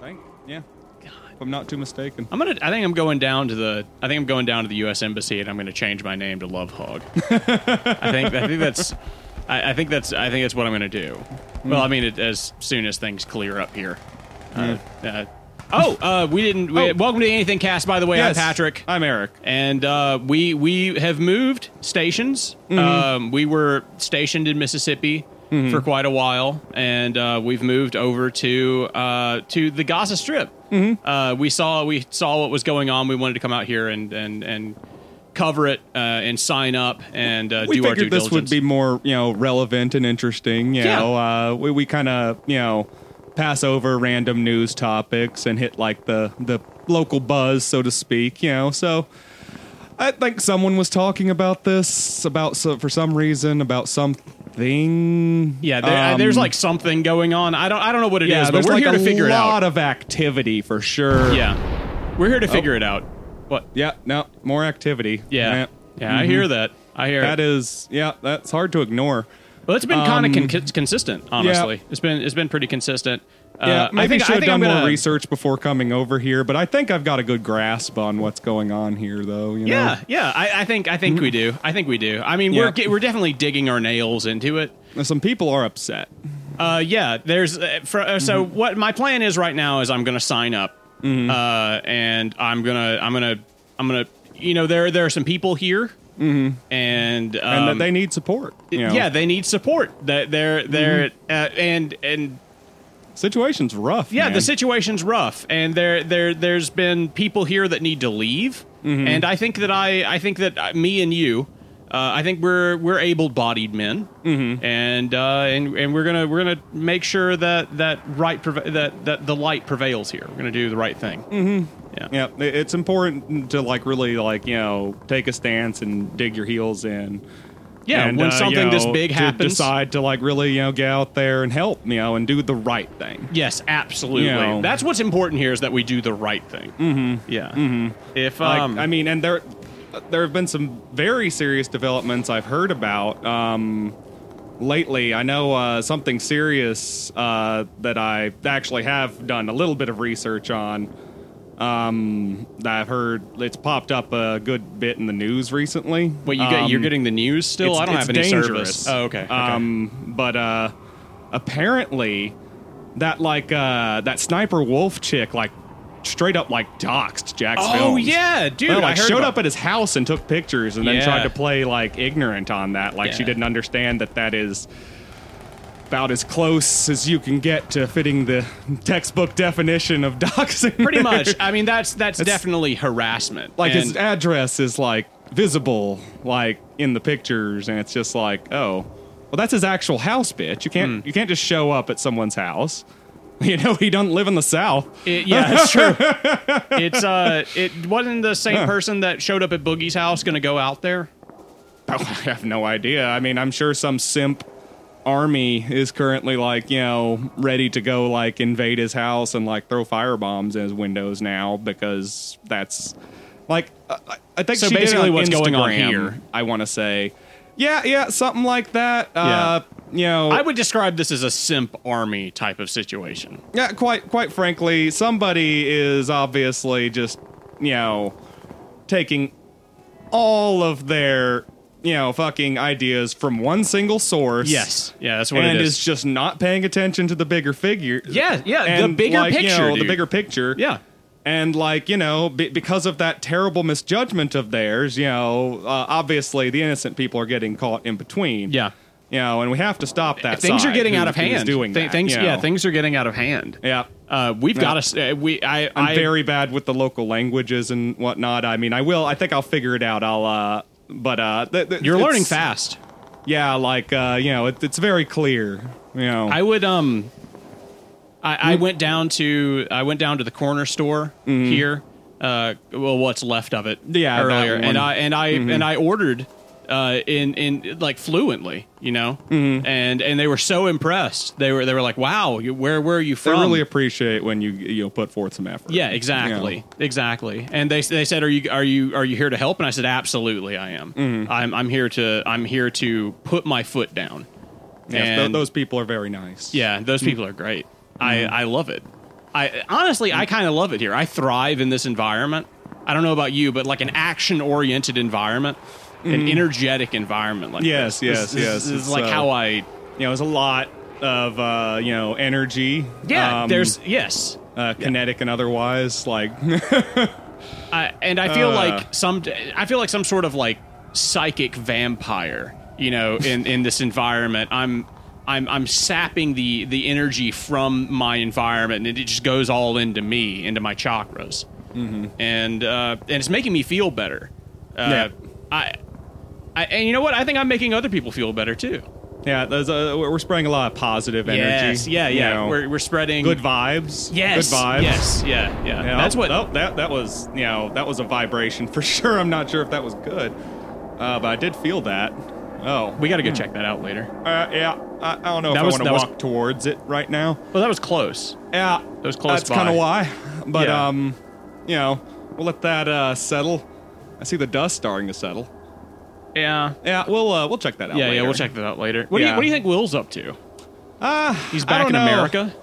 think. Yeah. If I'm not too mistaken. I'm gonna. I think I'm going down to the. I think I'm going down to the U.S. embassy, and I'm gonna change my name to Love Hog. I think. I think that's. I, I think that's. I think that's what I'm gonna do. Well, I mean, it, as soon as things clear up here. Uh, uh, oh, uh, we didn't. We, Oh. Welcome to Anything Cast, by the way. Yes, I'm Patrick. I'm Eric. and uh, we we have moved stations. Mm-hmm. Um, we were stationed in Mississippi for quite a while, and uh, we've moved over to uh, to the Gaza Strip. Mm-hmm. Uh, we saw we saw what was going on. We wanted to come out here and and and cover it uh, and sign up and uh, We do our due figured this would diligence. be more, you know, relevant and interesting. You Yeah. know, uh, we we kind of, you know, pass over random news topics and hit like the the local buzz, so to speak. You know, so I think someone was talking about this about so for some reason about something. yeah, there, Um, there's like something going on. I don't I don't know what it is, yeah, but there's we're like here a to figure it lot out. Oh. of activity for sure. yeah, we're here to figure it out. What? yeah, no, more activity. Yeah, yeah. I hear that. I hear Mm-hmm. That it. is, yeah, that's hard to ignore. Well, it's been kind of con- consistent, honestly. Um, yeah. It's been it's been pretty consistent. Uh, Yeah, maybe I think, should have think done I'm gonna- more research before coming over here, but I think I've got a good grasp on what's going on here, though. You Yeah, know? yeah. I, I think I think we do. I think we do. I mean, Mm-hmm. Yeah. we're ge- we're definitely digging our nails into it. And some people are upset. Uh, yeah, there's uh, fr- uh, so Mm-hmm. what my plan is right now is I'm gonna sign up, uh, and I'm gonna I'm gonna I'm gonna you know there there are some people here, and um, Mm-hmm. And that they need support. you know? Mm-hmm. yeah they need support. That they're they're uh, and and situation's rough. Yeah, man. the situation's rough, and there there there's been people here that need to leave, Mm-hmm. and I think that I I think that I- me and you. Uh, I think we're we're able-bodied men, Mm-hmm. and uh, and and we're gonna we're gonna make sure that that right preve- that that the light prevails here. We're gonna do the right thing. Mm. Yeah, i- it's important to like really like you know take a stance and dig your heels in. Yeah, And, when uh, something you this know, big to happens, decide to like really you know get out there and help you know and do the right thing. yes, absolutely. You know. That's what's important here is that we do the right thing. Mm-hmm. Yeah. If Like, um, I mean, and there there have been some very serious developments I've heard about um, lately. I know uh, something serious uh, that I actually have done a little bit of research on. Um, that I've heard it's popped up a good bit in the news recently. wait, you get, Um, you're getting the news still. it's- I don't it's have any dangerous. service. Oh, okay. okay. Um, but uh, apparently, that like uh, that sniper wolf chick like straight up like doxed Jack's Oh Films. yeah, dude! No, I like heard showed about- up at his house and took pictures and then Yeah. tried to play like ignorant on that. Like she Yeah. didn't understand that that is about as close as you can get to fitting the textbook definition of doxing. pretty much. I mean, that's that's It's- definitely harassment. like and, his address is like visible like in the pictures and it's just like, "Oh, well that's his actual house, bitch. You Hmm. can't you can't just show up at someone's house." You know, he doesn't live in the south. it- yeah, that's true. It's uh, it wasn't the same person that showed up at Boogie's house going to go out there. Oh, I have no idea. I mean, I'm sure some simp army is currently like, you know, ready to go like invade his house and like throw firebombs in his windows now because that's like I- I- I think So she did it basically on what's going on Instagram, here. I want to say, yeah, yeah, something like that. Uh, you know, I would describe this as a simp army type of situation. yeah, quite quite frankly, somebody is obviously just, you know, taking all of their, you know, fucking ideas from one single source. Yes, yeah, that's what And it is. is. just not paying attention to the bigger figure. Yeah, yeah, the And, bigger like, you picture, know, the dude. bigger picture. Yeah. And like you know, be because of that terrible misjudgment of theirs, you know, uh, obviously the innocent people are getting caught in between. Yeah. You know, and we have to stop that. things are side getting who- out of who's hand. Doing Thi- that, things, you know. yeah, things are getting out of hand. Yeah. Uh, we've Yeah. got to. Uh, we, I, I'm I, very bad with the local languages and whatnot. I mean, I will. I think I'll figure it out. I'll. uh But uh, th- th- You're it's- learning fast. Yeah, like uh, you know, it, it's very clear. You know, I would um I, I Mm-hmm. went down to I went down to the corner store here. Uh well what's left of it Yeah, that earlier one. Mm-hmm. and I and I and I ordered uh in in like fluently, you know. Mm-hmm. And and they were so impressed. They were they were like, "Wow, you, where where are you they from?" really appreciate when you you know, put forth some effort. yeah, exactly, You know. exactly. And they they said, "Are you are you are you here to help?" And I said, "Absolutely, I am. Mm-hmm. I'm I'm here to I'm here to put my foot down." Yes, tho- And- those people are very nice. Mm. yeah, those people are great. I, I love it. I honestly, I kind of love it here. I thrive in this environment. I don't know about you, but like an action-oriented environment, an energetic environment. Like Mm. Yes, this. yes, This- this- yes. This is It's, like uh, how I. You know, there's a lot of uh, you know energy. Yeah, um, there's yes. uh, kinetic and otherwise. Like I, and I feel Uh. like some. I feel like some sort of like psychic vampire. You know, in in this environment, I'm. I'm, I'm sapping the, the energy from my environment and it just goes all into me, into my chakras. Mm-hmm. And uh, and it's making me feel better. Uh, Yeah. I, I and you know what? I think I'm making other people feel better too. yeah, there's a, we're we're spreading a lot of positive energy. Yes, yeah, you yeah. know, we're, we're spreading good vibes. Yes, good vibes. Yes, yeah, yeah. Yeah, That's what Oh, that that was. You know, that was a vibration for sure. I'm not sure if that was good, uh, but I did feel that. Oh, we got to go check that out later. uh, yeah. I, I don't know That if was- I want that to was- walk towards it right now. Well, that was close. Yeah, was close That's kind by. of why. But Yeah. um, you know, we'll let that uh, settle. I see the dust starting to settle. Yeah. Yeah, we'll uh, we'll check that out. Yeah, yeah, later. we'll check that out later. What, do you, Yeah. what do you think Will's up to? Ah, He's I back don't in know. America.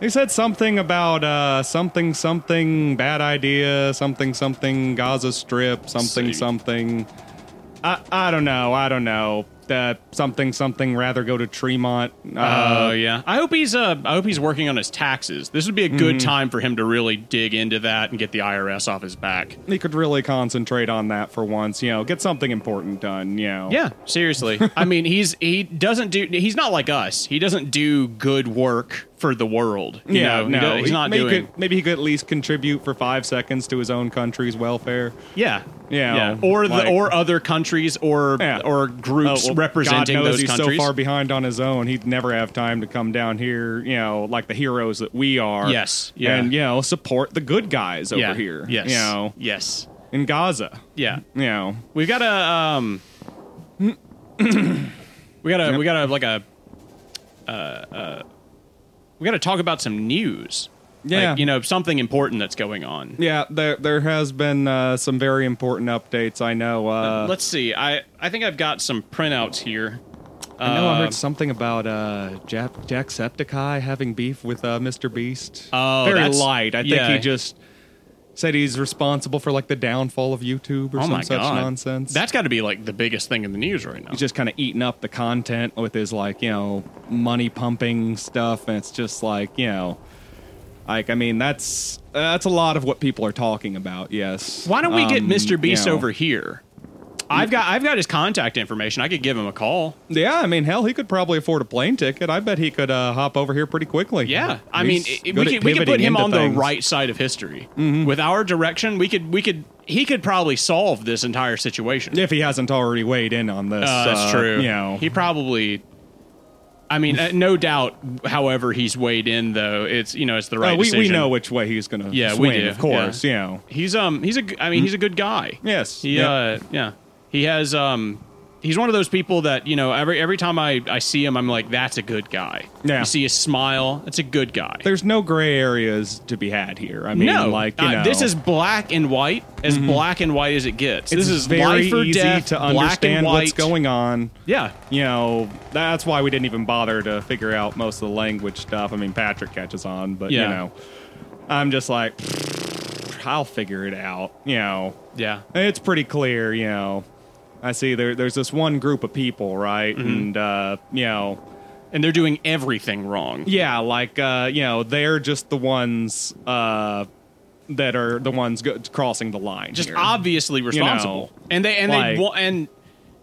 He said something about uh, something, something, bad idea, something, something, Gaza Strip, something, see. something. I, I don't know. I don't know. Uh, something, something, rather go to Tremont. Uh, Oh yeah. I hope he's uh I hope he's working on his taxes. This would be a good time for him to really dig into that and get the IRS off his back. he could really concentrate on that for once. You know, get something important done. You know. Yeah, seriously. I mean, he's he doesn't do he's not like us. He doesn't do good work for the world. You Yeah, know, he no, do- he's not maybe doing. He could, maybe he could at least contribute for five seconds to his own country's welfare. Yeah, Yeah. or Like- the or other countries or Yeah. or Oh, groups well, representing God knows those he's countries. so far behind on his own, he'd never have time to come down here, you know, like the heroes that we are. Yes, yeah. And, you know, support the good guys over yeah. here. Yes. You know, Yes. in Gaza. Yeah. You know, We've got a um. we got to we got to like a. Uh, uh, we got to talk about some news. Yeah. Like, you know something important that's going on. yeah, there, there has been uh, some very important updates. I know. Uh, Let's see. I I think I've got some printouts here. I know I Uh, heard something about uh, Jap- Jacksepticeye having beef with uh, Mr. Beast. Oh, very that's- light. I think yeah. he just said he's responsible for like the downfall of YouTube or Oh some my such god! nonsense. That's got to be like the biggest thing in the news right now. he's just kind of eating up the content with his like you know money pumping stuff and it's just like you know like i mean that's that's a lot of what people are talking about yes Why don't we get Um, Mr. Beast you know. over here? I've got I've got his contact information. I could give him a call. yeah i mean hell he could probably afford a plane ticket i bet he could uh, hop over here pretty quickly Yeah, I mean, He's it, good we at could we could put pivoting him into on things. Mm-hmm. the right side of history with our direction. We could we could he could probably solve this entire situation. if he hasn't already weighed in on this Uh, that's uh, true. you know he probably. I mean, uh, no doubt. However, he's weighed in though. It's you know it's the right. uh, we, we decision. know which way he's gonna Yeah, we swing do, of course yeah. you know He's um he's a g- I mean he's a good guy. yes He yeah uh yeah. He has um he's one of those people that, you know, every every time I I see him I'm like that's a good guy. Yeah. You see his smile, that's a good guy. there's no gray areas to be had here. I mean, no, like you uh, know, Mm-hmm. this is black and white, as black and white as it gets. It's this is very life or easy death, to black and understand white. what's going on. Yeah, You know, that's why we didn't even bother to figure out most of the language stuff. I mean, Patrick catches on, but Yeah. you know, I'm just like, I'll figure it out. You know, yeah, it's pretty clear. You know, I see there, there's this one group of people, right? Mm-hmm. And uh, you know, and they're doing everything wrong. yeah, like uh, you know, they're just the ones uh, that are the ones go- crossing the line. Just here. obviously responsible, and they and like- they wa- and.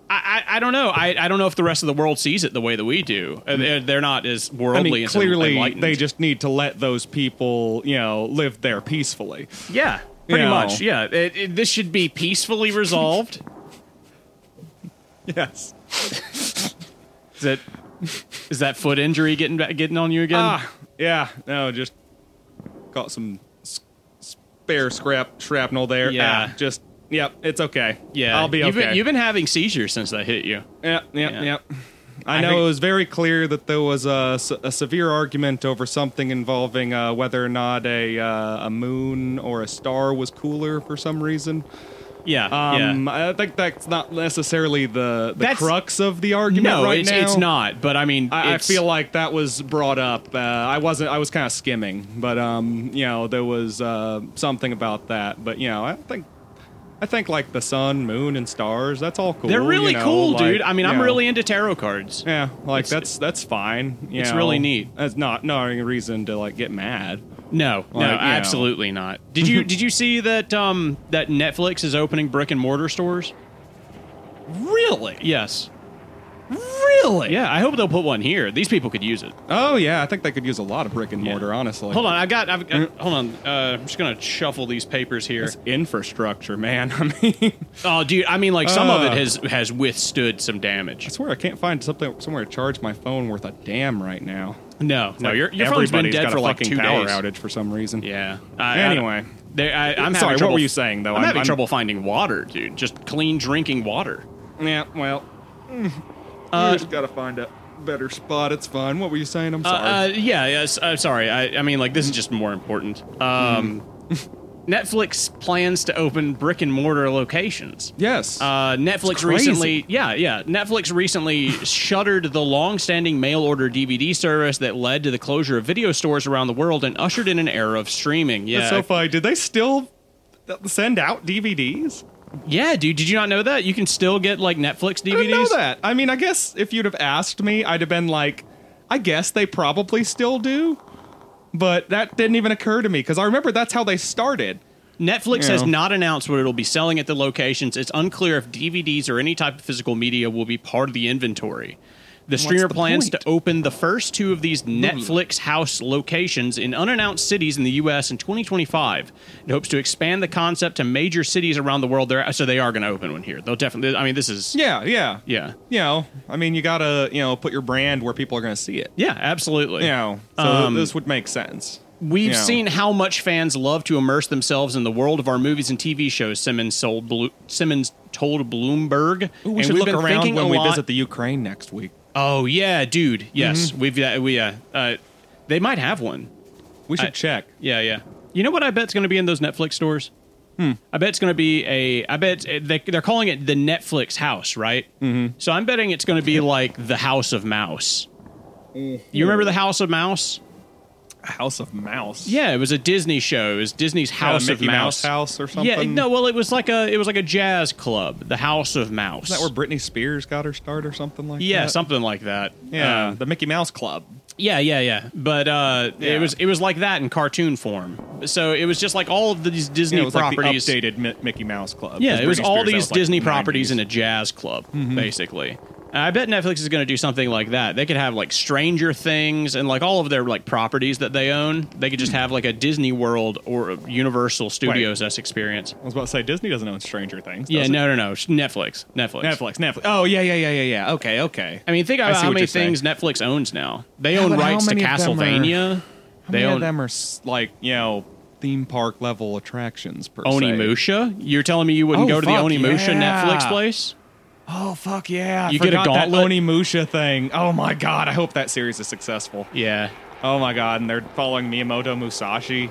I, I, I don't know. I, I don't know if the rest of the world sees it the way that we do. Uh, They're, they're not as worldly. and so Mm-hmm. clearly enlightened. they just need to let those people, you know, live there peacefully. Yeah, pretty Yeah. much. Yeah, It- it- this should be peacefully resolved. Yes. is that is that foot injury getting ba- getting on you again? Ah, yeah. No, just got some s- spare scrap shrapnel there. Yeah. Ah, just yep. It's okay. yeah, I'll be You've okay. been, you've been having seizures since that hit you. Yep, yep, Yeah. yep. I, I know think- it was very clear that there was a, se- a severe argument over something involving uh, whether or not a uh, a moon or a star was cooler for some reason. Yeah, Um, yeah. I think that's not necessarily the, the That's- crux of the argument No, right it's, now. it's not. But I mean, I, I it's- feel like that was brought up. Uh, I wasn't. I was kind of skimming, but um, you know, there was uh, something about that. But you know, I think, I think like the sun, moon, and stars. That's all cool. they're you really know, cool, like, dude. I mean, you I'm know. really into tarot cards. Yeah, like It's- that's that's fine. you it's know. really neat. That's not not any reason to like get mad. No, no, Like, you know. absolutely not. Did you did you see that um that Netflix is opening brick and mortar stores? Really? Yes. Really? Yeah, I hope they'll put one here. These people could use it. Oh yeah, I think they could use a lot of brick and mortar. Honestly, Hold on, I've got I've got, hold on. Uh, I'm just going to shuffle these papers here. It's infrastructure, man. I mean, Oh, dude, I mean like some of it Uh. has has withstood some damage. I swear I can't find something somewhere to charge my phone worth a damn right now. No, no, Like, your your phone's been everybody's dead got for a like fucking 2 power days. outage for some reason. Yeah. I- I don't- Anyway. they, I, I'm having Sorry, what trouble- were you saying, though? I'm, I'm- having I'm- trouble finding water, dude. Just clean drinking water. Yeah, well, Uh, we just gotta find a better spot. It's fine. What were you saying? I'm Uh, sorry. uh, yeah, yeah. s- uh, sorry. I, I mean, like, this is just more important. Um, Netflix plans to open brick and mortar locations. yes. Uh, Netflix crazy. recently, yeah, yeah. Netflix recently shuttered the long-standing mail-order DVD service that led to the closure of video stores around the world and ushered in an era of streaming. Yeah, That's so funny. Did they still send out DVDs? yeah, dude. Did you not know that you can still get like Netflix DVDs? I didn't know that. I mean, I guess if you'd have asked me, I'd have been like, I guess they probably still do. But that didn't even occur to me because I remember that's how they started. Netflix has Yeah. not announced what it'll be selling at the locations. It's unclear if DVDs or any type of physical media will be part of the inventory. The streamer the plans point? Hmm. to open the first two of these Netflix house locations in unannounced cities in the U.S. in 2025. It hopes to expand the concept to major cities around the world. There, so they are going to open one here. They'll definitely. I mean, this is Yeah, yeah. yeah, You know, I mean, you gotta, you know, put your brand where people are gonna see it. yeah, absolutely. You know, so Um, this would make sense. We've Yeah. seen how much fans love to immerse themselves in the world of our movies and TV shows. Simmons sold Blo- Simmons told Bloomberg, Ooh, and we should we've look been around thinking when a we lot- visit Mm-hmm. the Ukraine next week. oh yeah, dude. Yes, we've uh, we uh, uh, they might have one. We should check. Yeah, yeah. You know what I bet's going to be in those Netflix stores? Hmm. I bet it's going to be a. I bet it's- they, they're calling it the Netflix house, right? Mm-hmm. So I'm betting it's going to be like the House of Mouse. Mm-hmm. You remember the House of Mouse? House of Mouse. Yeah, it was a Disney show. It was Disney's House Mickey of Mouse. Mouse House or Yeah, something? no, well, it was like a it was like a jazz club, the House of Mouse. Is that where Britney Spears got her start or something like yeah, that? something like that. Yeah, Um, the Mickey Mouse Club. yeah, yeah, yeah. But uh, Yeah. it was it was like that in cartoon form. So it was just like all of these Disney Yeah, it was properties. like the updated Mi- Mickey Mouse Club. yeah, it was all these Disney properties in a and jazz club, Mm-hmm. basically. And I bet Netflix is going to do something like that. They could have like Stranger Things and like all of their like properties that they own. They could just Hmm. have like a Disney World or a Universal Studios esque experience. I was about to say Disney doesn't own Stranger Things. Yeah, does it? no, no, no. Sh- Netflix, Netflix, Netflix, Netflix. Oh yeah, yeah, yeah, yeah, yeah. Okay, okay. I mean, think about see how what many you're saying. things Netflix owns now. They Yeah, own but how rights to many of them are- Castlevania. How they many own of them are s- like you know theme park level attractions per se? Onimusha. You're telling me you wouldn't Oh, go to the fuck, Onimusha yeah. Netflix place? Oh fuck yeah! I You get a forgot that gauntlet? Onimusha thing. Oh my god! I hope that series is successful. Yeah, Oh my god! And they're following Miyamoto Musashi.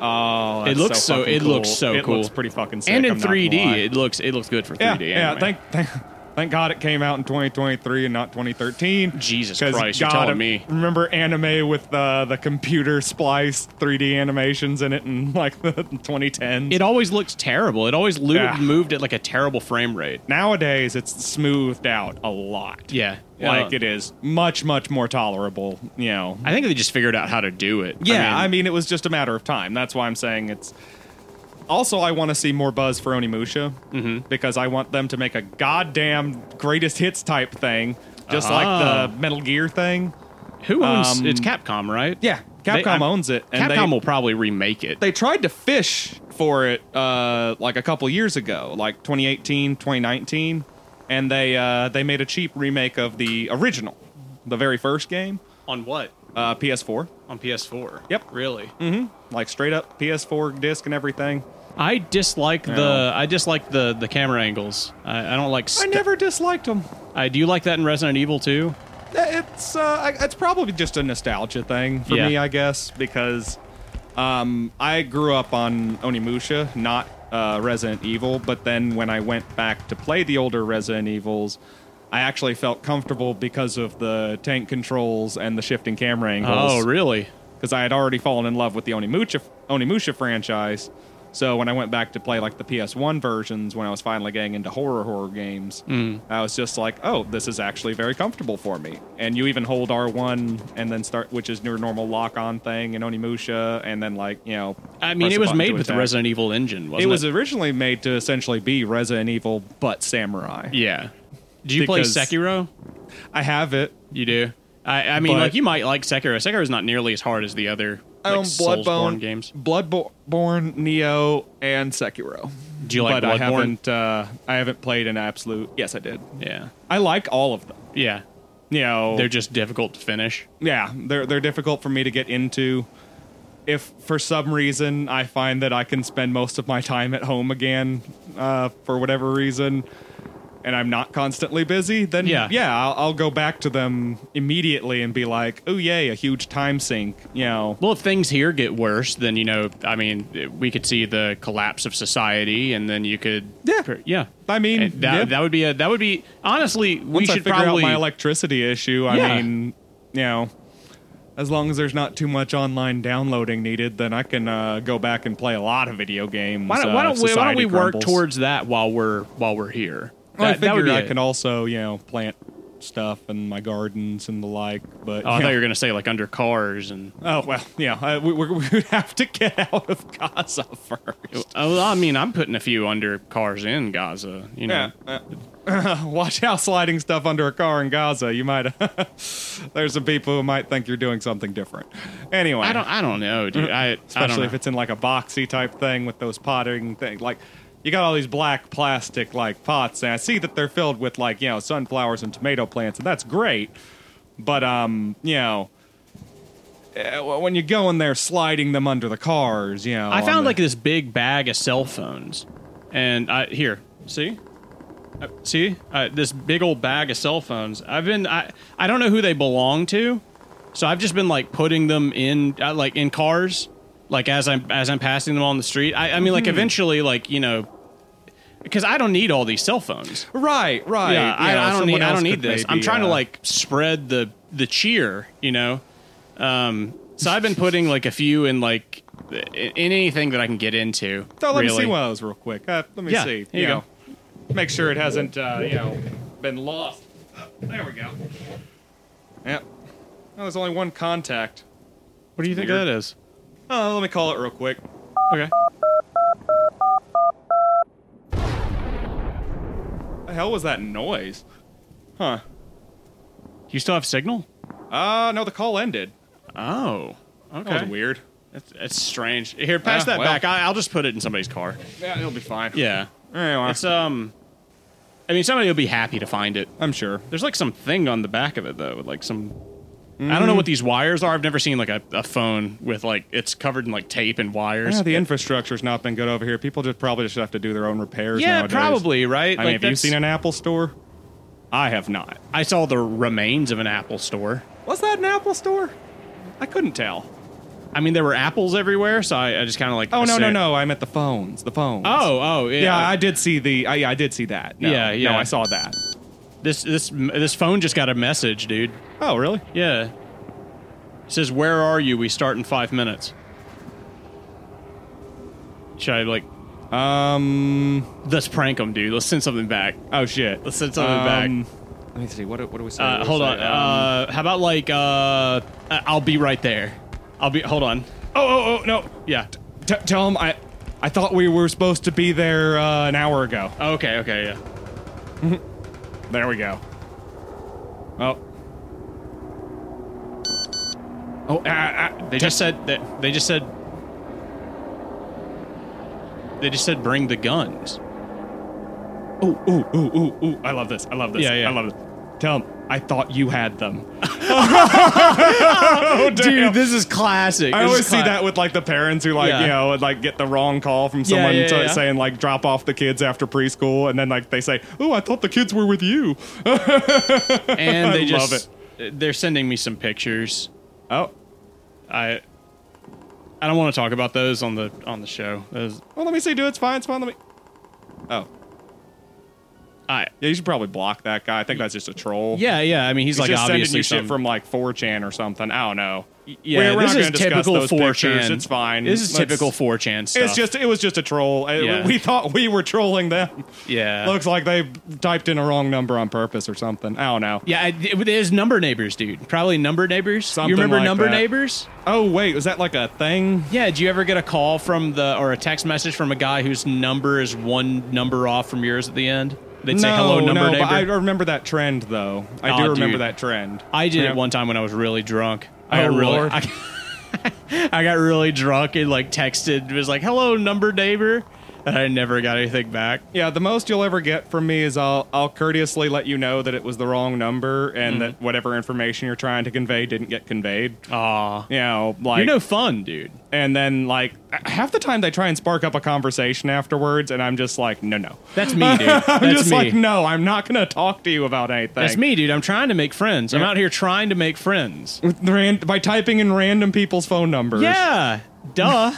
Oh, that's It looks so- fucking it cool. looks so it cool. looks pretty fucking sick. and in I'm not gonna lie. 3D, it looks it looks good for 3D. yeah, anyway. yeah. Thank, thank, thank God it came out in 2023 and not 2013. Jesus 'Cause Christ, you're God, telling I me. Remember anime with the the computer spliced 3D animations in it in like the 2010s. It always looks terrible. It always lo- Yeah. moved at like a terrible frame rate. Nowadays, it's smoothed out a lot. Yeah, like Uh, it is much much more tolerable. You know. I think they just figured out how to do it. Yeah, I mean, it was just a matter of time. That's why I'm saying it's. Also, I want to see more buzz for Onimusha Mm-hmm. because I want them to make a goddamn greatest hits type thing, just Ah. like the Metal Gear thing. who owns? um, it's Capcom, right? Yeah, They- Capcom I'm- owns it. And Capcom they, will probably remake it. they tried to fish for it uh, like a couple years ago, like 2018, 2019, and they uh, they made a cheap remake of the original, the very first game, on what? uh, PS4, On PS4. Yep. Really. like straight up PS4 disc and everything. I dislike the No. I dislike the the camera angles. I, I don't like. I St- never disliked them. I do you like that in Resident Evil too. It's uh, I- it's probably just a nostalgia thing for Yeah. me, I guess, because um, I grew up on Onimusha, not uh, Resident Evil, but then when I went back to play the older Resident Evils, I actually felt comfortable because of the tank controls and the shifting camera angles. Oh, really? Because I had already fallen in love with the Onimusha, Onimusha franchise. So when I went back to play like the PS1 versions, when I was finally getting into horror horror games, Mm. I was just like, "Oh, this is actually very comfortable for me." And you even hold R1 and then start, which is your normal lock-on thing in Onimusha, and then like you know, I mean, press it a was button made to with the attack. Resident Evil engine, wasn't It it? was originally made to essentially be Resident Evil but samurai. yeah. Do you Because- play Sekiro? I have it. You do. I, I mean, But- like you might like Sekiro. Sekiro is not nearly as hard as the other I like, own Um, Bloodborne Soulsborne games. Bloodborne, Neo, and Sekiro. Do you like but I Bloodborne? haven't. Uh, I haven't played an absolute. Yes, I did. Yeah, I like all of them. yeah. You know, They're just difficult to finish. yeah, they're they're difficult for me to get into. If for some reason I find that I can spend most of my time at home again, uh, for whatever reason, and I'm not constantly busy, then Yeah. I'll, I'll go back to them immediately and be like, "Oh yay, a huge time sink!" You know, Well, if things here get worse, then you know, I mean, we could see the collapse of society, and then you could, Yeah. yeah. I mean, And that yeah. that would be a that would be honestly, we once I should figure probably out my electricity issue, I Yeah. mean, you know, as long as there's not too much online downloading needed, then I can uh, go back and play a lot of video games. why don't, why uh, don't we why don't Society we work crumbles. towards that while we're while we're here? Well, I that, that would figured be I it. can also, you know, plant stuff in my gardens and the like. But Oh, I you thought know- you were gonna say like under cars and. oh well, yeah, I, we, we, we would have to get out of Gaza first. Oh, I mean, I'm putting a few under cars in Gaza. You know, Yeah, uh, watch out sliding stuff under a car in Gaza. You might. there's some people who might think you're doing something different. Anyway, I don't. I don't know, dude. I I don't especially if know. it's in like a boxy type thing with those potting things. Like you got all these black plastic like pots, and I see that they're filled with like you know sunflowers and tomato plants, and that's great. But um, you know, eh, when you go in there sliding them under the cars, you know, I on found the- like this big bag of cell phones, and I here see, uh, see uh, this big old bag of cell phones. I've been I I don't know who they belong to, so I've just been like putting them in uh, like in cars, like as I'm as I'm passing them on the street. I, I mean Hmm. like eventually like you know, because I don't need all these cell phones. right, right. Yeah, you know, I, I don't someone need. I else don't need could this. I'm maybe, trying to uh, like spread the the cheer, you know. Um, so I've been putting like a few in like in in anything that I can get into. So let me really. see one of those real quick. Uh, let me Yeah, see. here you go. know, make sure it hasn't uh, you know been lost. Uh, there we go. Yep. Oh, there's only one contact. What do you think Weird. that is? Oh, let me call it real quick. Okay. The hell was that noise? Huh? You still have signal? Uh, no, the call ended. Oh. Okay. That was weird. That's, that's strange. Here, pass Ah, that well. back. I, I'll just put it in somebody's car. Yeah, it'll be fine. Yeah. Anyway, It's um. I mean, somebody will be happy to find it. I'm sure. There's like some thing on the back of it though, with like some. I don't Mm-hmm. know what these wires are. I've never seen like a, a phone with like it's covered in like tape and wires. Yeah, the infrastructure's not been good over here. People just probably just have to do their own repairs. Yeah, nowadays. probably right. I mean, have you seen an Apple store? I have not. I saw the remains of an Apple store. Was that an Apple store? I couldn't tell. I mean, there were apples everywhere, so I, I just kind of like. Oh no, no, assumed- no! I meant the phones. The phones. Oh, oh, yeah. yeah. I did see the. I, yeah, I did see that. No, Yeah, yeah. No, I saw that. this this this phone just got a message, dude. Oh, really? Yeah. It says, "Where are you? We start in five minutes." Should I like? Um. Let's prank them, dude. Let's send something back. Oh shit. Let's send something back. Um, Let me see. What do, what do we say? What Uh, do we hold say? on. Um, uh, how about like? Uh, I- I'll be right there. I'll be. Hold on. oh, oh, oh, no. Yeah. T- tell him I. I thought we were supposed to be there uh, an hour ago. Okay. Okay. Yeah. There we go. Oh. Oh, ah, ah, They just said that they just said they just said bring the guns. ooh, ooh, ooh, ooh, ooh. I love this. I love this. Yeah, yeah. I love this. Tell him I thought you had them. Oh, Dude, this is classic. I always see that with like the parents who like Yeah. you know would, like get the wrong call from Yeah, someone yeah, to- yeah. saying like drop off the kids after preschool and then like they say oh I thought the kids were with you that and they I love just they're sending me some pictures. oh I I don't want to talk about those on the on the show. Those, Well, let me see, dude. It's fine. It's fine. Let me. Oh, I yeah. You should probably block that guy. I think that's just a troll. yeah yeah. I mean, he's, He's like just sending obviously you shit some- from like 4chan or something. I don't know. yeah. We're- we're this not is gonna discuss typical those 4chan. pictures. It's fine. This is Let's- typical 4chan stuff. It's just it was just a troll. Uh, Yeah. We thought we were trolling them. yeah. Looks like they typed in a wrong number on purpose or something. I don't know. Yeah, I, it, there's number neighbors, dude. Probably number neighbors. Something you remember like number that. neighbors? Oh wait, was that like a thing? Yeah. Did you ever get a call from the or a text message from a guy whose number is one number off from yours at the end? They'd say hello, number no, neighbor. But I remember that trend though. I Aw, do remember dude. that trend. I did Yeah. it one time when I was really drunk. I Oh, got really, Lord. I, I got really drunk and like texted. It was like, "Hello, number neighbor," and I never got anything back. Yeah, the most you'll ever get from me is I'll I'll courteously let you know that it was the wrong number and Mm-hmm. that whatever information you're trying to convey didn't get conveyed. Uh, Aw, You know, like you're no fun, dude. and then like half the time they try and spark up a conversation afterwards and I'm just like, no no. That's me, dude. That's I'm just me. like, no, I'm not gonna talk to you about anything. That's me, dude. I'm trying to make friends. I'm Yeah. out here trying to make friends. With ran- by typing in random people's phone numbers. Yeah, duh.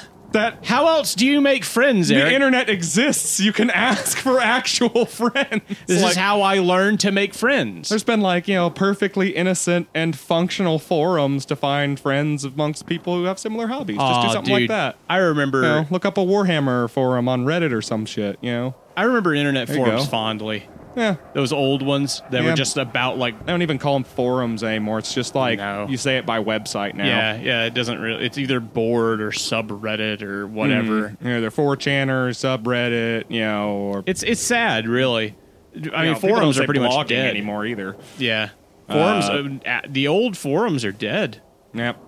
That How else do you make friends, the Eric? internet exists. You can ask for actual friends. this Like, is how I learned to make friends. there's been like, you know, perfectly innocent and functional forums to find friends amongst people who have similar hobbies. Just do Aw, something like dude. that. I remember. You know, look up a Warhammer forum on Reddit or some shit, you know. I remember internet you forums go. fondly. Yeah. Those old ones that Yeah. were just about like They don't even call them forums anymore. It's just like No. you say it by website now. Yeah, yeah, it doesn't really. It's either board or subreddit or whatever. Mm. You know, they're 4chaners, subreddit, you know, or It's it's sad, really. I mean, you know, people don't forums say are pretty blogging much dead anymore either. Yeah, forums. uh, uh, the old forums are dead. Yep.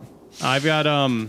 I've got um.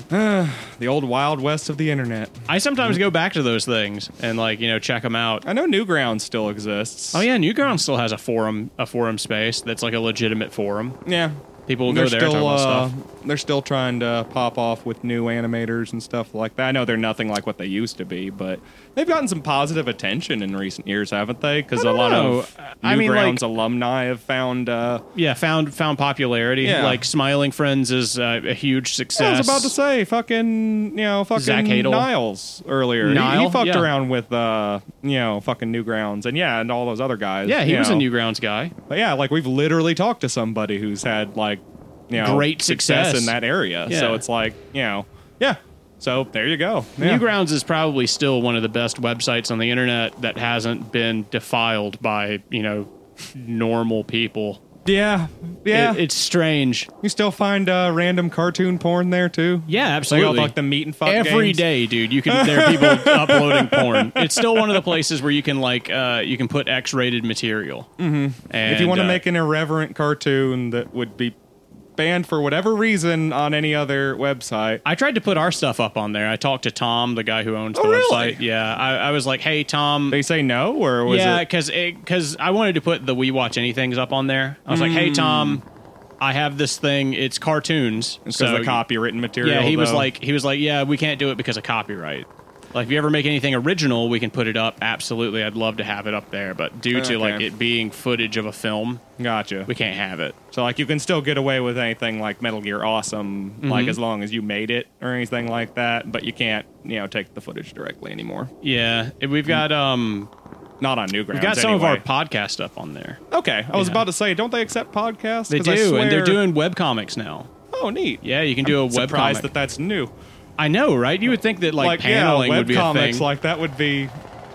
The old wild west of the internet. I sometimes go back to those things and like you know check them out. I know Newgrounds still exists. Oh yeah, Newgrounds still has a forum, a forum space that's like a legitimate forum. Yeah. People will They're go there and talk still about uh, stuff. they're still trying to pop off with new animators and stuff like that. I know they're nothing like what they used to be, but they've gotten some positive attention in recent years, haven't they? Because I a don't lot of know. I mean, like- Newgrounds alumni have found. Uh, Yeah, found found popularity. Yeah. Like Smiling Friends is uh, a huge I success. was about to say, fucking, you know, fucking Zach Hadel. Niles earlier. He- he, Nile? fucked Yeah. around with, uh, you know, fucking Newgrounds, and yeah, and all those other guys. yeah, he you was a know. Newgrounds guy. But yeah, like we've literally talked to somebody who's had like you know Great success. in that area. Yeah. So it's like, you know, yeah. So there you go. Yeah. Newgrounds is probably still one of the best websites on the internet that hasn't been defiled by, you know, normal people. Yeah. Yeah. It- it's strange. you still find uh, random cartoon porn there too. Yeah, They got, absolutely. like the meat and fuck Every games. day, dude, you can there are people uploading porn. It's still one of the places where you can like uh, you can put X-rated material. Mm-hmm. And, If you want to uh, make an irreverent cartoon that would be banned for whatever reason on any other website. I tried to put our stuff up on there. I talked to Tom, the guy who owns the Oh, really? website. Yeah, I, I was like, "Hey, Tom, They say no or was yeah, it because because I wanted to put the We Watch Anything's up on there. I was like, Mm. hey Tom, I have this thing. It's cartoons. because of the copywritten material? Yeah, he was though? like he was like, yeah, we can't do it because of copyright. Like, if you ever make anything original, we can put it up. Absolutely, I'd love to have it up there, but due Okay. to like it being footage of a film, Gotcha. we can't have it. So like you can still get away with anything like Metal Gear Awesome, Mm-hmm. like as long as you made it or anything like that, but you can't, you know, take the footage directly anymore. Yeah, and we've got um Not on Newgrounds. we've got some anyway. of our podcast up on there. Okay, I was Yeah. about to say, don't they accept podcasts? They 'Cause I do, and they're swear- doing web comics now. Oh, neat. Yeah, you can do a web Surprised comic. that that's new. I know, right? You would think that like, Like, paneling yeah, would web be a comics thing. like that would be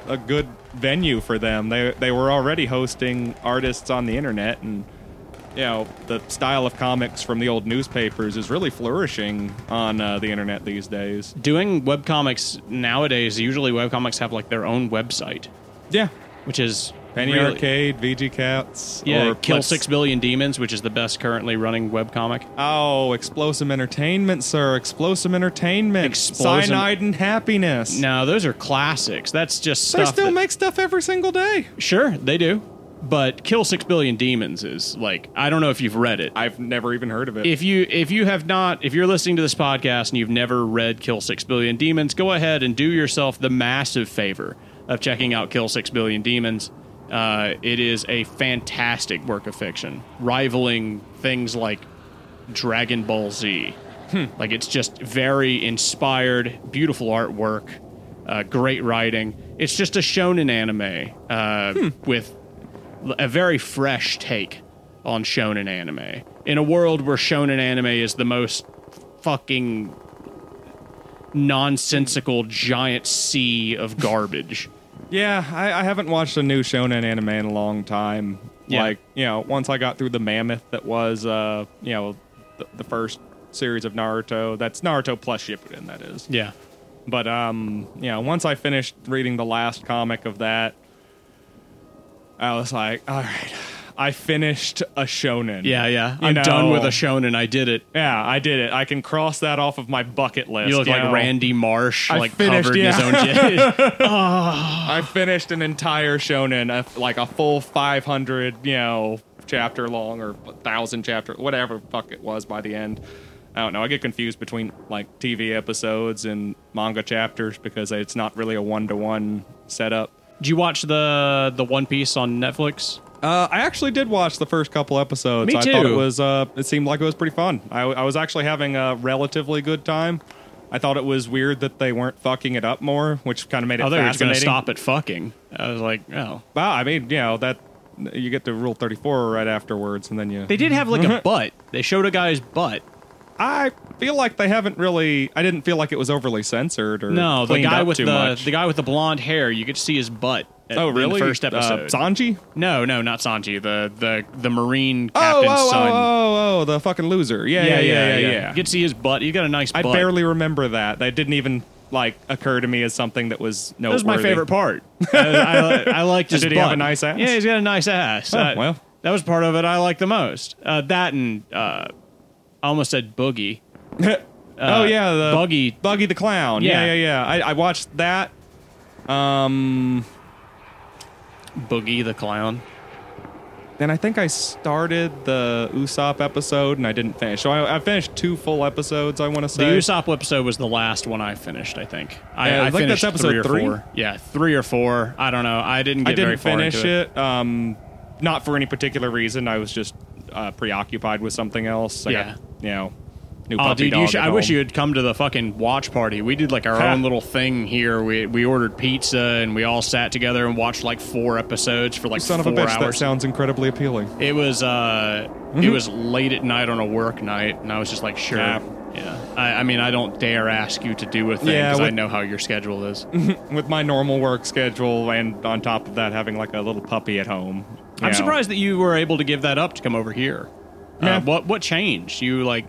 a good venue for them. They they were already hosting artists on the internet and you know the style of comics from the old newspapers is really flourishing on uh, the internet these days. doing webcomics nowadays, usually webcomics have like their own website, Yeah, which is Penny really- Arcade, VG Cats, Yeah, or Kill let's- Six Billion Demons, which is the best currently running webcomic. Oh, Explosive Entertainment, sir. Explosive Entertainment. Explosive- Cyanide and Happiness. No, those are classics. That's just they stuff. still that- make stuff every single day. sure they do, but Kill Six Billion Demons is like I don't know if you've read it. I've never even heard of it. if you if you have not if you're listening to this podcast and you've never read Kill 6 Billion Demons, go ahead and do yourself the massive favor of checking out Kill 6 Billion Demons. Uh, it is a fantastic work of fiction, rivaling things like Dragon Ball Z. Like it's just very inspired, beautiful artwork, uh, great writing. It's just a shonen anime uh, with l- a very fresh take on shonen anime in a world where shonen anime is the most fucking nonsensical giant sea of garbage. Yeah, I, I haven't watched a new shonen anime in a long time. Yeah. Like, you know, once I got through the mammoth that was, uh, you know, the, the first series of Naruto. That's Naruto plus Shippuden, that is. yeah. But, um, you know, once I finished reading the last comic of that, I was like, all right, I finished a shonen. Yeah, yeah. You I'm done know- with a shonen. I did it. Yeah, I did it. I can cross that off of my bucket list. You look like know? Randy Marsh, I like finished, covered in yeah. his own shit. I finished an entire shonen, a, like a full 500, you know, chapter long or 1,000 chapter, whatever the fuck it was by the end. I don't know. I get confused between like TV episodes and manga chapters because it's not really a one to one setup. Did you watch the the One Piece on Netflix? Uh, I actually did watch the first couple episodes. Me I thought it too. was. Uh, it seemed like it was pretty fun. I, I was actually having a relatively good time. I thought it was weird that they weren't fucking it up more, which kind of made it I thought you Oh, were just going to fascinating. stop at fucking. I was like, oh. Well, I mean, you know that you get to Rule Thirty Four right afterwards, and then you. They did have like a butt. They showed a guy's butt. I feel like they haven't really. I didn't feel like it was overly censored or No, the cleaned guy up with too the much. the guy with the blonde hair. You could see his butt. at- oh in really? the first episode. uh, Sanji. no, no, not Sanji. The the the Marine Oh, captain's oh, son. oh, oh, oh, the fucking loser. Yeah, yeah, yeah, yeah. yeah. You could see his butt. He's got a nice. I butt. barely remember that. That didn't even like occur to me as something that was That noteworthy. was my favorite part. I, I, I liked his Did he butt. have a nice ass? Yeah, he's got a nice ass. Uh, Oh, well. that was part of it I liked the most. Uh, that and uh, I almost said boogie. oh yeah, the uh, Buggy. Buggy the clown. Yeah, yeah, Yeah. yeah. I, I watched that. Boogie the clown. Then I think I started the Usopp episode and I didn't finish. So I, I finished two full episodes. I want to The say. Usopp episode was the last one I finished. I think. I, Yeah, I think finished that's episode three or three. four. Yeah, three or four. I don't know. I didn't get I very didn't far finish into it. Um, not for any particular reason. I was just uh, preoccupied with something else. I Yeah. Got, you know, new Oh, puppy dude, dog you should, at I wish home. you had come to the fucking watch party. We did like our Ha. own little thing here. We we ordered pizza and we all sat together and watched like four episodes for like Son of a four bitch, that Mhm. hours. sounds incredibly appealing. it was uh, it was late at night on a work night, and I was just like, sure, Yeah. yeah. I, I mean, I don't dare ask you to do a thing Yeah, because I with- know how your schedule is. With my normal work schedule and on top of that, having like a little puppy at home. you I'm know. surprised that you were able to give that up to come over here. Yeah. Uh, what what changed? You like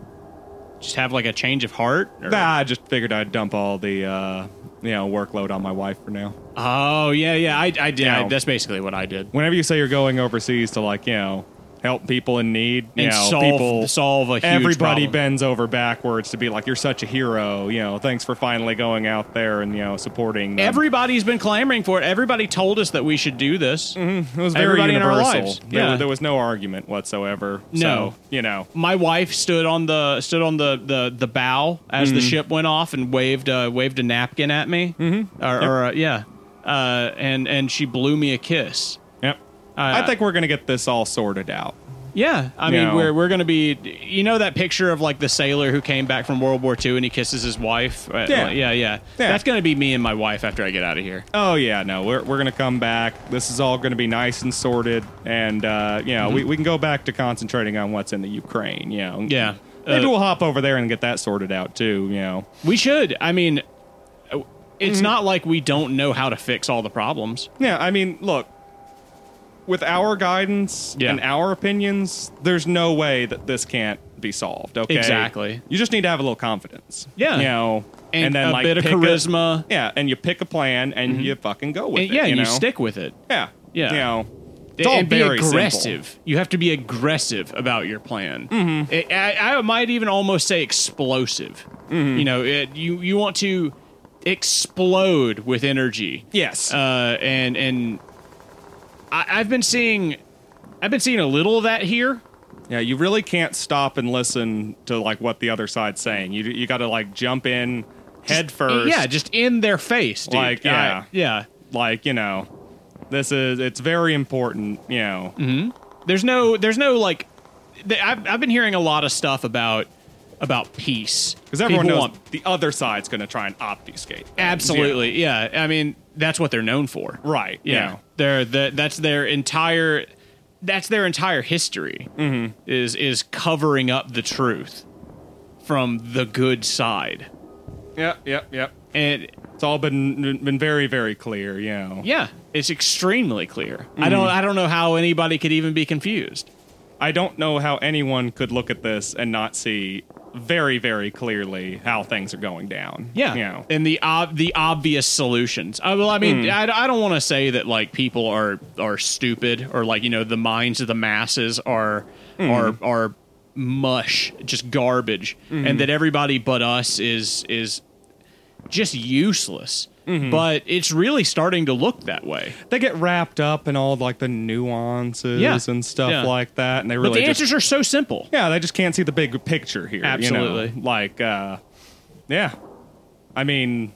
just have like a change of heart? or- Nah, I just figured I'd dump all the uh, you know workload on my wife for now. Oh yeah, yeah. I, I did. Yeah. I- that's basically what I did. whenever you say you're going overseas to like you know help people in need you and know solve people solve a huge everybody problem. bends over backwards to be like you're such a hero you know thanks for finally going out there and you know supporting them. Everybody's been clamoring for it. Everybody told us that we should do this. it was very everybody in our universal lives. There, Yeah. there was no argument whatsoever No. so, you know My wife stood on the stood on the the, the bow as Mm-hmm. the ship went off and waved uh, waved a napkin at me. Mm-hmm. Or, or, uh, yeah, uh, and and she blew me a kiss. yep Uh, I think we're gonna get this all sorted out Yeah, I You mean know. we're we're gonna be you know that picture of like the sailor who came back from World War II and he kisses his wife. Uh, Yeah. like, yeah, yeah. That's gonna be me and my wife after I get out of here. Oh yeah, no, we're we're gonna come back. This is all gonna be nice and sorted, and uh, you know we, Mm-hmm. we can go back to concentrating on what's in the Ukraine. You know, Yeah. maybe Uh, we'll hop over there and get that sorted out too. You know, We should. I mean, it's Mm-hmm. not like we don't know how to fix all the problems. yeah. I mean, look, with our guidance Yeah. and our opinions, there's no way that this can't be solved. Okay, Exactly. You just need to have a little confidence. Yeah. you know, And a bit of pick charisma. Mm-hmm. yeah, and you pick a plan and you fucking go with And it. yeah, you, you, know? stick with it. Yeah, Yeah. You know, And- it's all and be very simple. aggressive. You have to be aggressive about your plan. Mm-hmm. I, I might even almost say explosive. Mm-hmm. You know, it, you you want to explode with energy. Yes. Uh, and and I, I've been seeing, I've been seeing a little of that here. Yeah, you really can't stop and listen to like what the other side's saying. You you got to like jump in head first. Yeah, just in their face, dude. Like, I- yeah. yeah. like you know, this is it's very important. You know, Mm-hmm. There's no, there's no like, th- I've, I've been hearing a lot of stuff about about peace Because everyone People knows want- the other side's going to try and obfuscate. things, you know? Absolutely, yeah. I mean, that's what they're known for, Right, Yeah, yeah. they're the, that's their entire that's their entire history is is covering up the truth from the good side, Yep, yep, yep. and It's all been been very, very clear, you know. yeah, it's extremely clear. I Mm-hmm. don't I don't know how anybody could even be confused. I don't know how anyone could look at this and not see very, very clearly how things are going down. Yeah, You know. and the ob- the obvious solutions. I, well, I mean, Mm. I, I don't want to say that like people are are stupid or like you know the minds of the masses are Mm. are are mush, just garbage, Mm-hmm. and that everybody but us is is just useless. Mm-hmm. But it's really starting to look that way. they get wrapped up in all like the nuances Yeah, and stuff yeah. like that, and they But really the just, answers are so simple. yeah, they just can't see the big picture here. you know? Absolutely. Like, uh, yeah, I mean,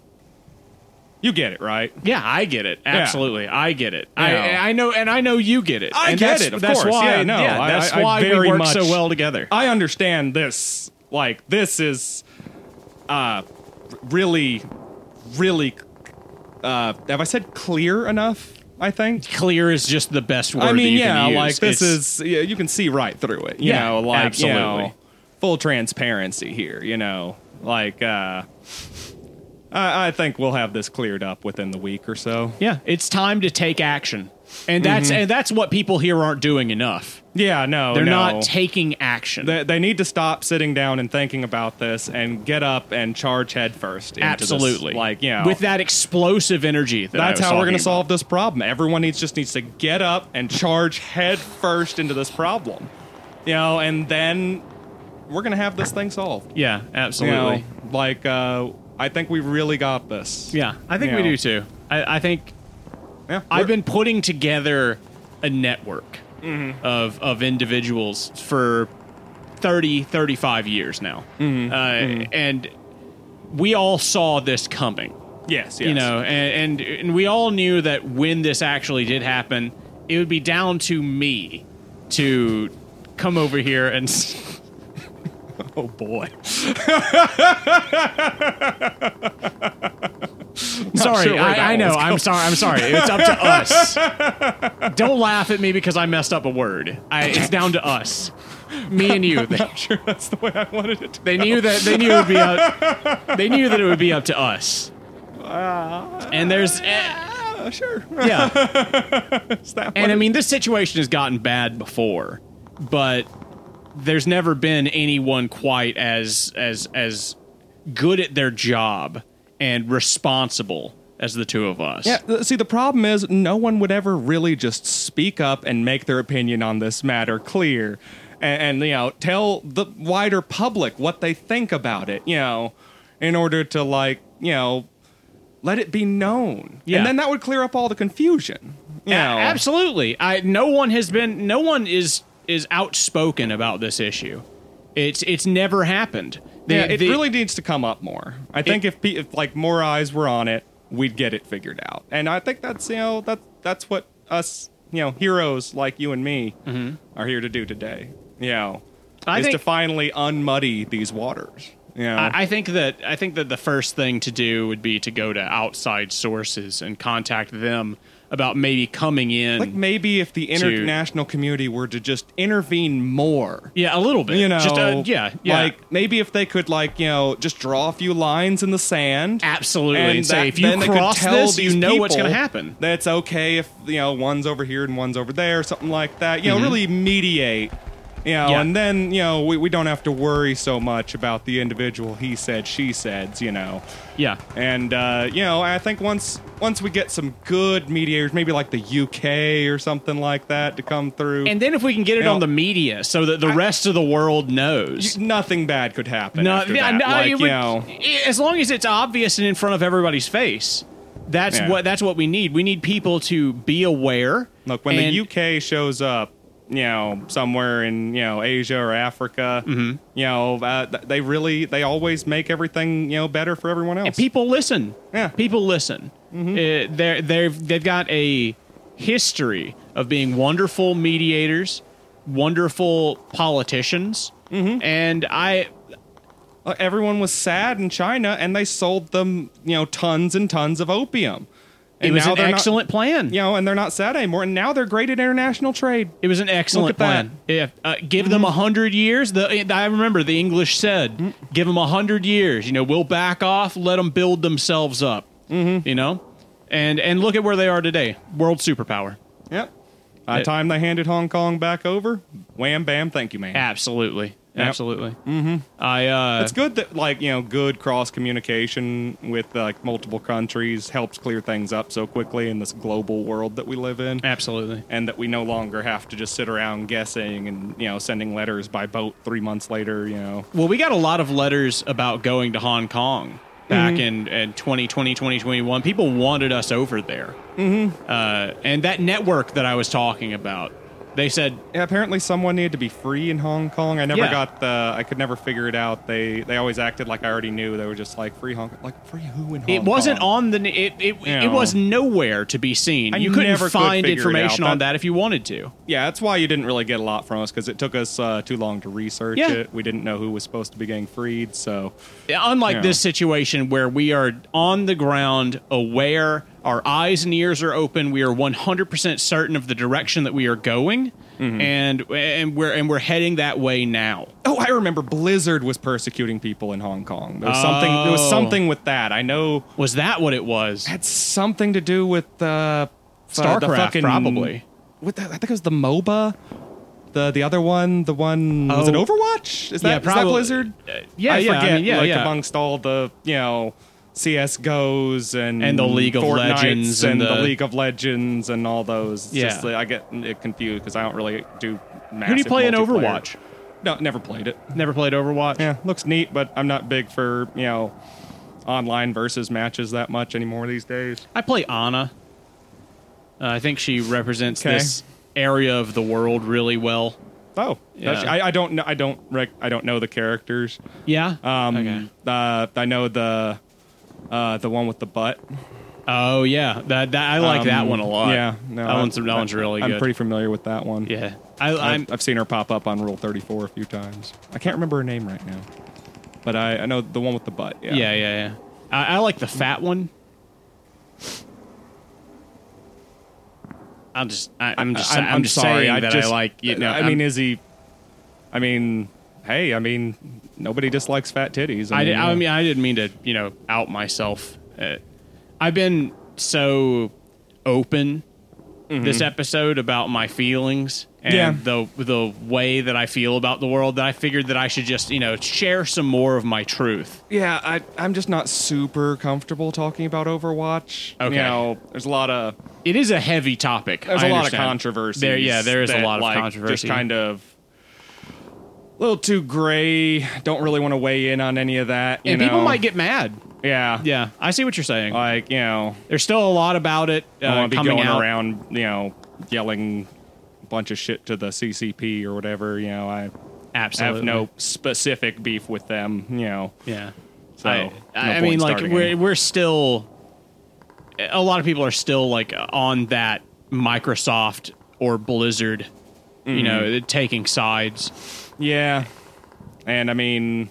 you get it, right? Yeah, I get it. Absolutely, I get it. Yeah. I, I know, and I know you get it. I And get that's- it, of that's course. Why, Yeah, no, I- that's I- I why very we work much- so well together. I understand this. Like, this is uh, really, really. Uh, have I said clear enough? I think. clear is just the best word. I that mean, you yeah, can use. like this It's- is yeah, you can see right through it. You Yeah, know, like absolutely. you know, full transparency here. You know, like uh, I, I think we'll have this cleared up within the week or so. yeah, it's time to take action, and that's and that's what people here aren't doing enough. Yeah, no, They're no. not taking action. they, they need to stop sitting down and thinking about this and get up and charge headfirst. into this. Absolutely, like you know, with that explosive energy. That I that's was how we're talking going to about. solve this problem. Everyone needs just needs to get up and charge headfirst into this problem. You know, and then we're going to have this thing solved. Yeah, You know, absolutely. like uh, I think we really got this. Yeah, I think You we know. do too. I, I think Yeah, I've we're- been putting together a network of of individuals for 30 35 years now. Uh, and we all saw this coming. yes, yes. you know and, and and we all knew that when this actually did happen it would be down to me to come over here and s- Oh boy. sorry sure where that I, I know was i'm sorry i'm sorry it's up to us don't laugh at me because i messed up a word I, it's down to us me and you they, I'm sure that's the way I wanted it. To. they knew that they knew it would be up they knew that it would be up to us and there's eh, Ah, sure. yeah It's that And I one. mean, this situation has gotten bad before, but there's never been anyone quite as as as good at their job and responsible as the two of us. Yeah, th- see, the problem is no one would ever really just speak up and make their opinion on this matter clear and, and you know, tell the wider public what they think about it, you know, in order to, like, you know, let it be known. Yeah. And then that would clear up all the confusion. You A- know. absolutely. I no one has been no one is is outspoken about this issue. It's it's never happened. The- yeah, it the- really needs to come up more. I think if pe- if like more eyes were on it, we'd get it figured out. And I think that's you know that that's what us you know heroes like you and me are here to do today. You know, Mm-hmm. I is to think- finally unmuddy these waters. You know, I I think that I think that the first thing to do would be to go to outside sources and contact them about maybe coming in like maybe if the international community were to just intervene more. Yeah, a little bit. You know, just uh, yeah, yeah. Like maybe if they could, like you know, just draw a few lines in the sand. absolutely. and, And, that- say if you then they could cross tell this, these you know what's going to people happen. That it's okay if you know one's over here and one's over there, something like that. You know, really mediate. You know, Mm-hmm. Yeah. and then you know we, we don't have to worry so much about the individual he said she saids. You know, Yeah, and uh, you know I think once once we get some good mediators, maybe like the UK or something like that, to come through, and then if we can get it You know, on the media so that the rest of the world knows. nothing bad could happen. No, after yeah, that. no, like, it you would- know, as long as it's obvious and in front of everybody's face, that's Yeah. what that's what we need. We need people to be aware. Look, when and- the UK shows up, you know, somewhere in you know Asia or Africa, Mm-hmm. you know, uh, th- they really they always make everything you know better for everyone else. And people listen. Yeah. Mm-hmm. People listen. Uh, they're, they've, they've got a history of being wonderful Mm-hmm. mediators, wonderful politicians. And I, uh, everyone was sad in China, and they sold them, you know, tons and tons of opium. And It was an they're not- excellent plan. you know, and they're not sad anymore. And now they're great at international trade. It was an excellent at that. Mm-hmm. plan. If uh, give them a hundred years, the I remember the English said, Mm-hmm. "Give them a hundred years." You know, we'll back off, let them build themselves up. Mm-hmm. You know, and and look at where they are today, world superpower. Yep. By It- the time they handed Hong Kong back over, wham bam, thank you, man. Absolutely, Yep. absolutely. Mm-hmm. I uh, It's good that like you know good cross communication with like multiple countries helps clear things up so quickly in this global world that we live in, absolutely. and that we no longer have to just sit around guessing and you know sending letters by boat three months later. You know, Well, we got a lot of letters about going to Hong Kong Mm-hmm. back in, in 2020, 2021. People wanted us over there. Mm-hmm. Uh, and that network that I was talking about, they said, yeah, apparently someone needed to be free in Hong Kong. I never Yeah. got the I could never figure it out. They they always acted like I already knew. They were just like free Hong like free who in Hong it wasn't Kong? on the n- it it, Yeah. it was nowhere to be seen. I you couldn't never could find figure it information out. on That- that if you wanted to. Yeah, that's why you didn't really get a lot from us because it took us uh, too long to research Yeah. it. We didn't know who was supposed to be getting freed, so Unlike Yeah. this situation where we are on the ground, aware, our eyes and ears are open, we are 100% certain of the direction that we are going, Mm-hmm. and and we're and we're heading that way now. Oh, I remember Blizzard was persecuting people in Hong Kong. There was something. There Oh. was something with that. I know Was that what it was? it had something to do with uh, f- uh, the StarCraft, fucking, probably. With the, I think it was the MOBA. The the other one, the one was it Oh. Overwatch? Yeah, Is that, is that probably. Blizzard? Uh, yeah, yeah, I I forget. mean, yeah, like yeah. amongst all the you know. CS:GOs and And the League of Fortnites Legends and and, the, the- League of Legends and all those. It's Yeah. just that I get it confused because I don't really do. Who do you massive play in multiplayer. Overwatch? No, never played it. Never played Overwatch. Yeah, looks neat, but I'm not big for, you know, online versus matches that much anymore these days. I play Anna. Uh, I think she represents Okay. this area of the world really well. Oh, that's- Yeah. I, I don't know. I don't rec- I don't know the characters. Yeah. Um, okay. uh, I know the uh, the one with the butt. Oh yeah, that, that I like that Um, one a lot. Yeah, no, that I- one's that I- one's really good. I'm pretty familiar with that one. yeah, I, I'm I've, I've seen her pop up on Rule 34 a few times. I can't remember her name right now, but I, I know the one with the butt. Yeah, yeah yeah yeah. I, I like the fat one. I'm just I, I'm just I'm, just sorry. saying I that just, I like you know I I'm- mean, is he? I mean, hey, I mean, nobody dislikes fat titties. I, um, did, I you know. mean, I didn't mean to, you know, out myself. Uh, I've been so open this episode about my feelings and Mm-hmm. Yeah. the the way that I feel about the world that I figured that I should just, you know, share some more of my truth. yeah, I, I'm just not super comfortable talking about Overwatch. Okay. you know, there's a lot of It is a heavy topic. there's a a lot of controversy. There, yeah, there is a lot of controversy. Just kind of. A little too gray. Don't really want to weigh in on any of that. You and people know? might get mad. yeah, Yeah, I see what you're saying. Like you know, There's still a lot about it I don't uh, want to be coming going out. around, you know, yelling a bunch of shit to the CCP or whatever. You know, I Absolutely. have no specific beef with them. You know, Yeah. So, I, no I point mean, like starting we're any. we're still a lot of people are still like on that Microsoft or Blizzard, you know, Mm-hmm. taking sides. yeah. And I mean,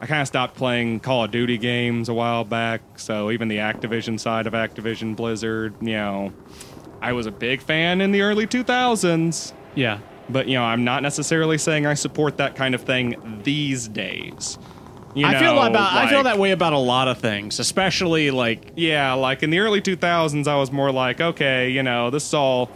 I kind of stopped playing Call of Duty games a while back, so even the Activision side of Activision Blizzard, you know, I was a big fan in the early 2000s. Yeah. But you know, I'm not necessarily saying I support that kind of thing these days. You I feel know, about I feel like- that way about a lot of things, especially like Yeah, like in the early 2000s, I was more like, okay, you know, this is all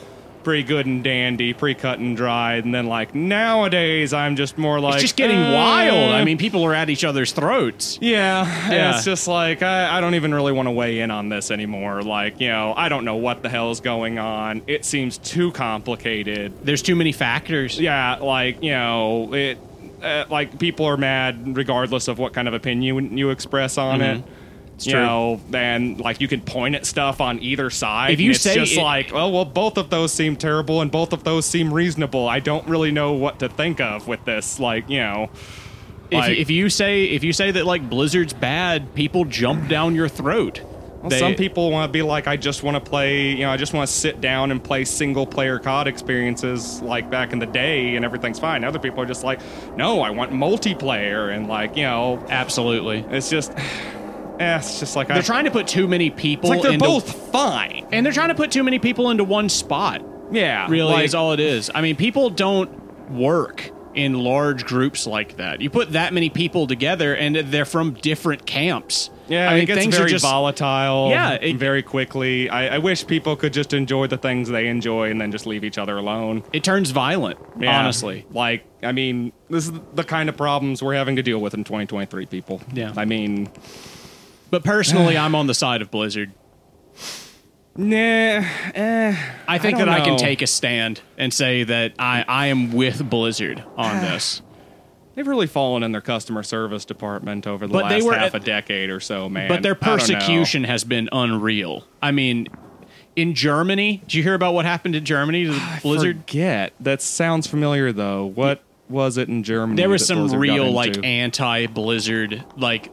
pretty good and dandy, pretty cut and dried. And then, like, nowadays, I'm just more like. it's just getting uh, wild. I mean, people are at each other's throats. Yeah, and Yeah. it's just like, I, I don't even really want to weigh in on this anymore. Like, you know, I don't know what the hell's going on. It seems too complicated. There's too many factors. Yeah, like, you know, it. Uh, like people are mad regardless of what kind of opinion you express on it. It's you Mm-hmm. true. know, and like you can point at stuff on either side. If you and it's say just it- like, oh well, both of those seem terrible, and both of those seem reasonable. I don't really know what to think of with this. Like, you know, If, Like- if you say if you say that like Blizzard's bad, people jump down your throat. Well, They- some people want to be like, I just want to play, you know, I just want to sit down and play single player COD experiences like back in the day and everything's fine. Other people are just like, no, I want multiplayer and like, you know, Absolutely. it's just, eh, it's just like, I, They're trying to put too many people it's like they're into both fine. and they're trying to put too many people into one spot. Yeah. Really like, is all it is. I mean, people don't work in large groups like that. You put that many people together and they're from different camps. Yeah, I mean, it gets things very are just volatile. Yeah, it- very quickly. I, I wish people could just enjoy the things they enjoy and then just leave each other alone. it turns violent, Yeah. honestly. Like, I mean, this is the kind of problems we're having to deal with in 2023, people. Yeah. I mean, But personally, I'm on the side of Blizzard. nah, eh. I think don't that I can know. take a stand and say that I, I am with Blizzard on this. They've really fallen in their customer service department over the But last they were half at- a decade or so, man. But their I don't know. persecution has been unreal. I mean, in Germany, did you hear about what happened in Germany to the Blizzard? Forget. That sounds familiar, though. What was it in Germany? There was that some Blizzard got real into? like anti-Blizzard like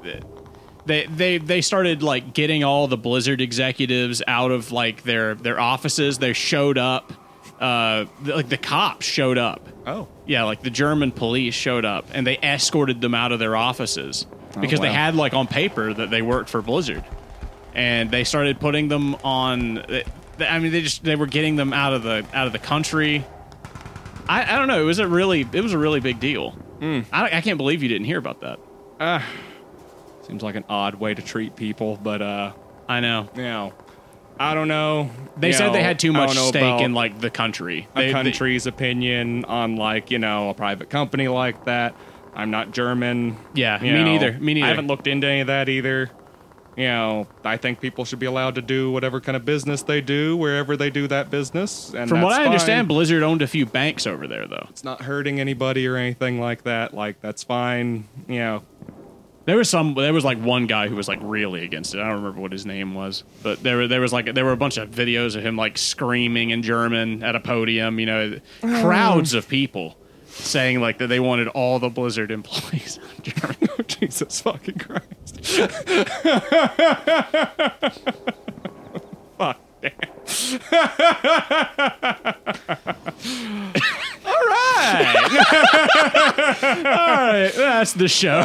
they they they started like getting all the Blizzard executives out of like their their offices. They showed up uh like the cops showed up. oh. Yeah, like the German police showed up and they escorted them out of their offices because they Oh, wow. had like on paper that they worked for Blizzard, and they started putting them on. th- th- I mean, they just they were getting them out of the out of the country. I, I don't know. It was a really it was a really big deal. Hmm. I, don't- I can't believe you didn't hear about that. Seems like an odd way to treat people, but uh, I know. you know, I don't know. They you said they know, had too I much don't know stake about in like the country. a They- they- country's opinion on like you know a private company like that. I'm not German. Yeah, you me know. neither, me neither. I haven't looked into any of that either. You know, I think people should be allowed to do whatever kind of business they do wherever they do that business. And from what that's I understand, fine. Blizzard owned a few banks over there though. it's not hurting anybody or anything like that. Like that's fine. You know, There was some. There was like one guy who was like really against it. I don't remember what his name was, but there were there was like there were a bunch of videos of him like screaming in German at a podium. You know, crowds of people saying like that they wanted all the Blizzard employees in Germany. Jesus fucking Christ. Fuck. man. All right. all right, that's the show.